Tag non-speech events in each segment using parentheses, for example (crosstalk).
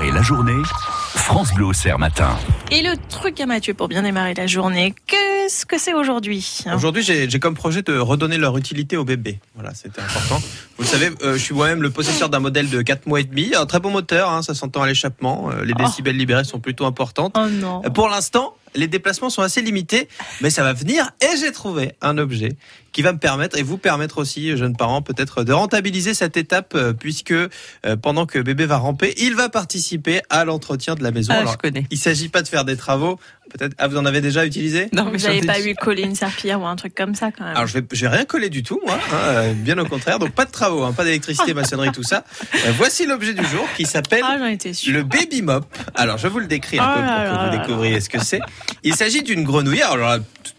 démarrer la journée, France Bleu Auxerre matin. Et le truc à Mathieu pour bien démarrer la journée, qu'est-ce que c'est aujourd'hui hein Aujourd'hui, j'ai j'ai comme projet de redonner leur utilité aux bébés. Voilà, c'était important. Vous le savez, euh, je suis moi-même le possesseur d'un modèle de 4 mois et demi. Un très bon moteur, hein, ça s'entend à l'échappement. Euh, les Oh. décibels libérés sont plutôt importantes. Oh non Euh, Pour l'instant, les déplacements sont assez limités, mais ça va venir. Et j'ai trouvé un objet qui va me permettre, et vous permettre aussi, euh, jeunes parents, peut-être de rentabiliser cette étape, euh, puisque euh, pendant que bébé va ramper, il va participer à l'entretien de la maison. Ah, Alors, je connais. il s'agit pas de faire des travaux. Peut-être, ah, vous en avez déjà utilisé Non, Vous j'en n'avez ai pas dit. eu coller une serpillière ou un truc comme ça quand même Alors je vais, je vais rien coller du tout, moi. hein, euh, bien au contraire, donc pas de travaux, hein, pas d'électricité, maçonnerie, tout ça. Euh, voici l'objet du jour qui s'appelle Ah j'en étais sûre le baby mop. Alors je vais vous le décrire un Oh peu là là pour que vous là découvriez ce que c'est. Il s'agit d'une grenouillère. Alors là, tout-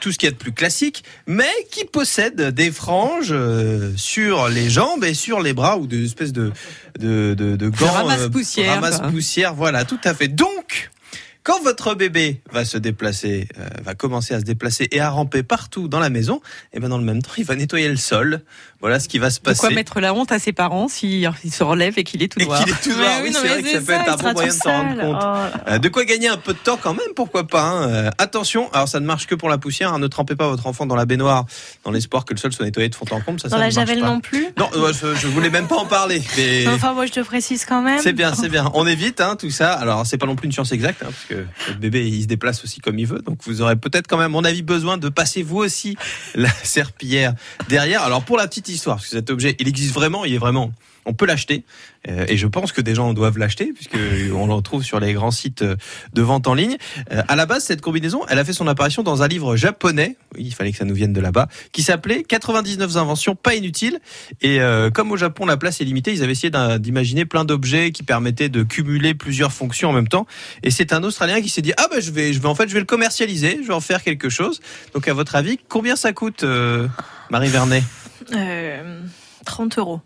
tout ce qu'il y a de plus classique, mais qui possède des franges euh, sur les jambes et sur les bras ou des espèces de de, de, de gants euh, ramasse-poussière, quoi. poussière. Voilà, tout à fait. Donc quand votre bébé va se déplacer, euh, va commencer à se déplacer et à ramper partout dans la maison, et ben dans le même temps, il va nettoyer le sol. Voilà ce qui va se De quoi passer. mettre la honte à ses parents s'il il se relève et qu'il est tout et noir qu'il est tout Mais noir. oui, Oui, non, c'est mais vrai que c'est ça peut être ça, il un bon sera moyen de tout s'en rendre seul. compte. Oh là là. Euh, de quoi gagner un peu de temps quand même, pourquoi pas. hein. Euh, attention, alors ça ne marche que pour la poussière. hein. Ne trempez pas votre enfant dans la baignoire dans l'espoir que le sol soit nettoyé de fond en comble. Ça, Dans ça la ne marche javel pas. non plus Non, euh, je, je voulais même pas en parler. (laughs) Mais... Enfin moi je te précise quand même C'est bien, c'est bien. On évite hein, tout ça. Alors, c'est pas non plus une science exacte, hein, parce que votre bébé, il se déplace aussi comme il veut. Donc, vous aurez peut-être quand même, à mon avis, besoin de passer vous aussi (laughs) la serpillière derrière. Alors, pour la petite histoire, parce que cet objet, il existe vraiment, il est vraiment. On peut l'acheter, Euh, et je pense que des gens doivent l'acheter, puisque on le retrouve sur les grands sites euh, de vente en ligne. Euh, à la base, cette combinaison, elle a fait son apparition dans un livre japonais. Oui, il fallait que ça nous vienne de là-bas, qui s'appelait 99 inventions pas inutiles. Et euh, comme au Japon, la place est limitée, ils avaient essayé d'un- d'imaginer plein d'objets qui permettaient de cumuler plusieurs fonctions en même temps. Et c'est un Australien qui s'est dit ah bah je vais, je vais en fait, je vais le commercialiser, je vais en faire quelque chose. Donc à votre avis, combien ça coûte, euh, Marie Vernet Euh, 30 euros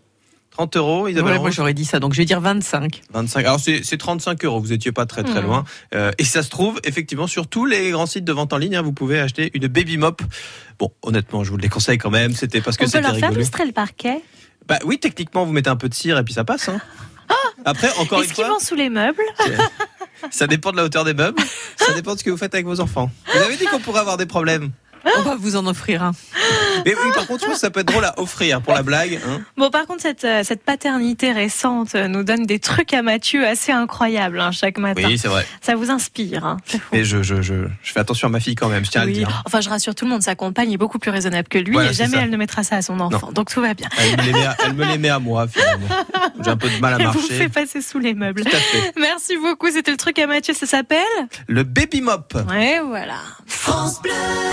30 euros, Isabelle Ouais, Moi Roche j'aurais dit ça, donc je vais dire 25. 25. Alors c'est c'est 35 euros. Vous étiez pas très très Hmm. loin. Euh, et ça se trouve effectivement sur tous les grands sites de vente en ligne. hein, vous pouvez acheter une baby mop. Bon, honnêtement, je vous le déconseille quand même. C'était parce que On peut c'était leur faire rigolo. lustrer le parquet Bah oui, techniquement, vous mettez un peu de cire et puis ça passe. Hein. Après, encore Ah une Est-ce qu'ils fois, vont sous les meubles ça dépend de la hauteur des meubles. Ça dépend de ce que vous faites avec vos enfants. Vous avez dit qu'on pourrait avoir des problèmes. On va vous en offrir un. Mais oui, par contre, je pense que ça peut être drôle à offrir pour la blague. hein. Bon, par contre, cette, euh, cette paternité récente euh, nous donne des trucs à Mathieu assez incroyables hein, chaque matin. c'est vrai. Ça vous inspire. hein. Mais je, je, je, je fais attention à ma fille quand même. Je tiens à le Oui. dire. Enfin, je rassure tout le monde, sa compagne est beaucoup plus raisonnable que lui Voilà, et c'est jamais ça. elle ne mettra ça à son enfant. Donc tout va bien. Elle me les met à, elle me les met à moi finalement. J'ai un peu de mal à Elle vous marcher. fait passer sous les meubles. Tout à fait. Merci beaucoup, c'était le truc à Mathieu, ça s'appelle Le baby mop. Ouais, voilà.